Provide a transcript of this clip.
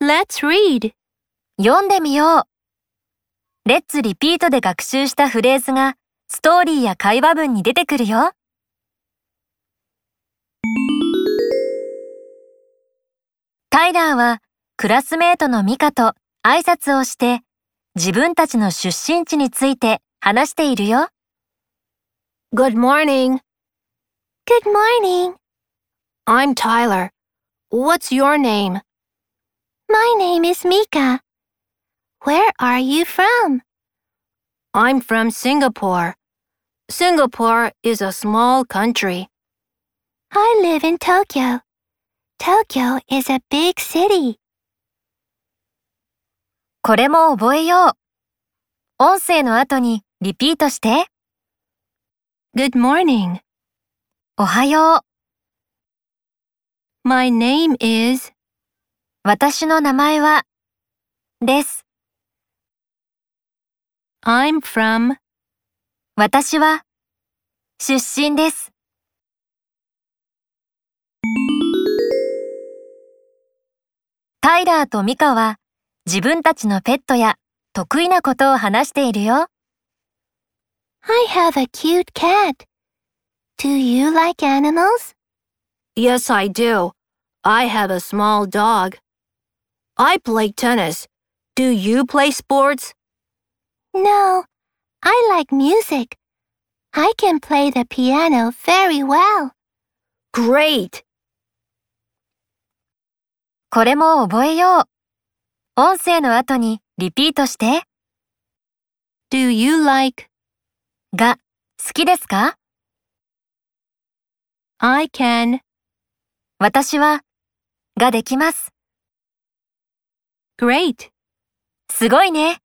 Let's read. 読んでみよう。レッツリピートで学習したフレーズがストーリーや会話文に出てくるよ。タイラーはクラスメートのミカと挨拶をして自分たちの出身地について話しているよ。 Good morning. Good morning. I'm Tyler. What's your name? My name is Mika. Where are you from? I'm from Singapore. Singapore is a small country. I live in Tokyo. Tokyo is a big city. これも覚えよう。音声の後にリピートして、 Good morning. おはよう。 My name is 私の名前は、です。 I'm from 私は、出身です。タイラーとミカは、自分たちのペットや得意なことを話しているよ。I have a cute cat. Do you like animals? Yes, I do. I have a small dog. I play tennis. Do you play sports? No, I like music. I can play the piano very well. Great. これも覚えよう。音声の後にリピートして、 Do you like? が好きですか I can. 私は、ができます。 Great. すごいね。